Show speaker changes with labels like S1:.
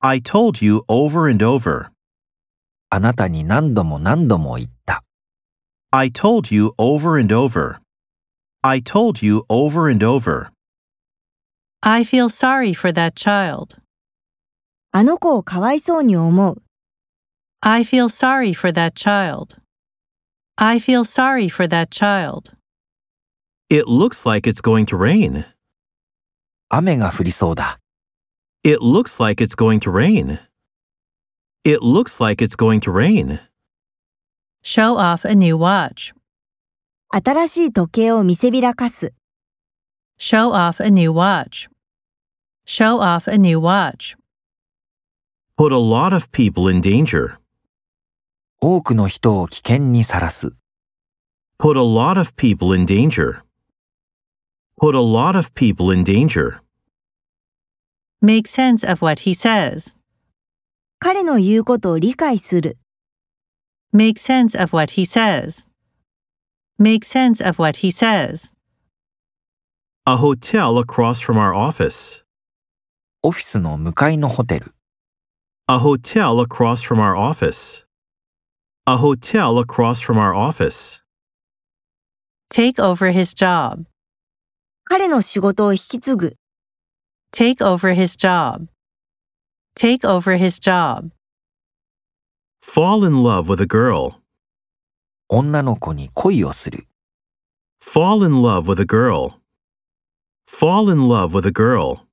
S1: I told you over and over.
S2: あなたに何度も何度も言った。
S1: I told you over and over. I told you over and over.
S3: I feel sorry for that child.
S4: あの子をかわいそうに思う。
S3: I feel sorry for that child. I feel sorry for that child.
S1: It looks like it's going to rain.
S2: 雨が降りそうだ。
S1: It looks like it's going to rain. It looks like it's going to rain.
S3: Show off a new watch.
S4: 新しい時計を見せびらかす。
S3: Show off a new watch. Show off a new watch.
S1: Put a lot of people in danger.
S2: 多くの人を危険にさらす。
S1: Put a lot of people in danger. Put a lot of people in danger.
S3: Make sense of what he says.
S4: 彼の言うことを理解する。
S3: Make sense of what he says. Make sense of what he says.
S1: A hotel across from our office.
S2: オフィスの向かいのホテル。
S1: A hotel across from our office. A hotel across from our office.
S3: Take over his job.
S4: 彼の仕事を引き継ぐ。
S3: Take over his job. Take over his job.
S1: Fall in love with a girl.
S2: 女の子に恋をする。
S1: Fall in love with a girl. Fall in love with a girl.